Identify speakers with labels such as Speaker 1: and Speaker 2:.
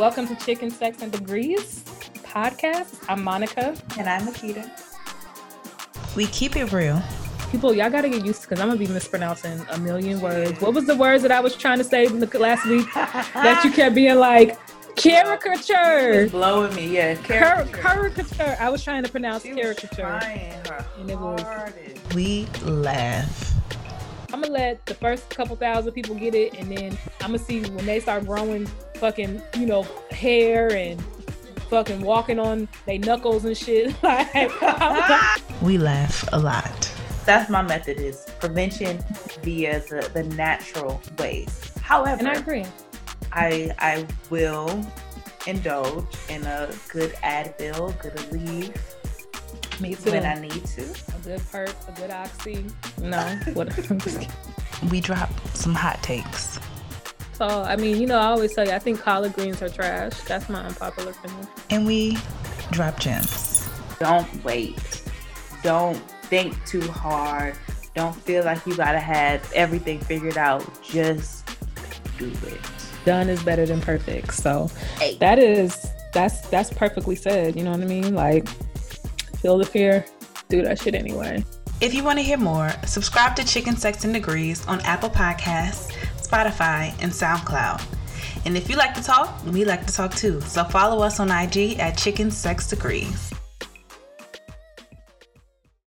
Speaker 1: Welcome to Chicken Sex and Degrees podcast. I'm Monica.
Speaker 2: And I'm Makita. We keep it real.
Speaker 1: People, y'all gotta get used to because I'm gonna be mispronouncing a million words. What was the words that I was trying to say in the- last week that you kept being like caricature,
Speaker 2: It's blowing me, yeah.
Speaker 1: Cur-
Speaker 2: Caricature.
Speaker 1: caricature? I was trying to pronounce
Speaker 2: She was
Speaker 1: caricature.
Speaker 2: trying her
Speaker 1: And it was-
Speaker 2: hardest.
Speaker 3: We laugh.
Speaker 1: I'm gonna let the first couple thousand people get it, and then I'm gonna see when they start growing fucking, you know, hair and fucking walking on they knuckles and shit. like, I'm like,
Speaker 3: We laugh a lot.
Speaker 2: That's my method is prevention via the, the natural ways. However,
Speaker 1: and I agree.
Speaker 2: I I will indulge in a good Advil, good Aleve
Speaker 1: Me
Speaker 2: when I need to.
Speaker 1: a good perk, a good oxy. No, what? I'm just kidding.
Speaker 3: We drop some hot takes.
Speaker 1: so I mean, you know, I always tell you, I think collard greens are trash. That's my unpopular opinion.
Speaker 3: And we drop gems.
Speaker 2: Don't wait. Don't think too hard. Don't feel like you gotta have everything figured out. Just do it.
Speaker 1: Done is better than perfect. So
Speaker 2: Hey.
Speaker 1: that is that's that's perfectly said. You know what I mean? Like, feel the fear, do that shit anyway.
Speaker 3: If you want to hear more, subscribe to Chicken Sex and Degrees on Apple Podcasts, Spotify, and SoundCloud. And if you like to talk, we like to talk too. So follow us on IG at Chicken Sex Degrees.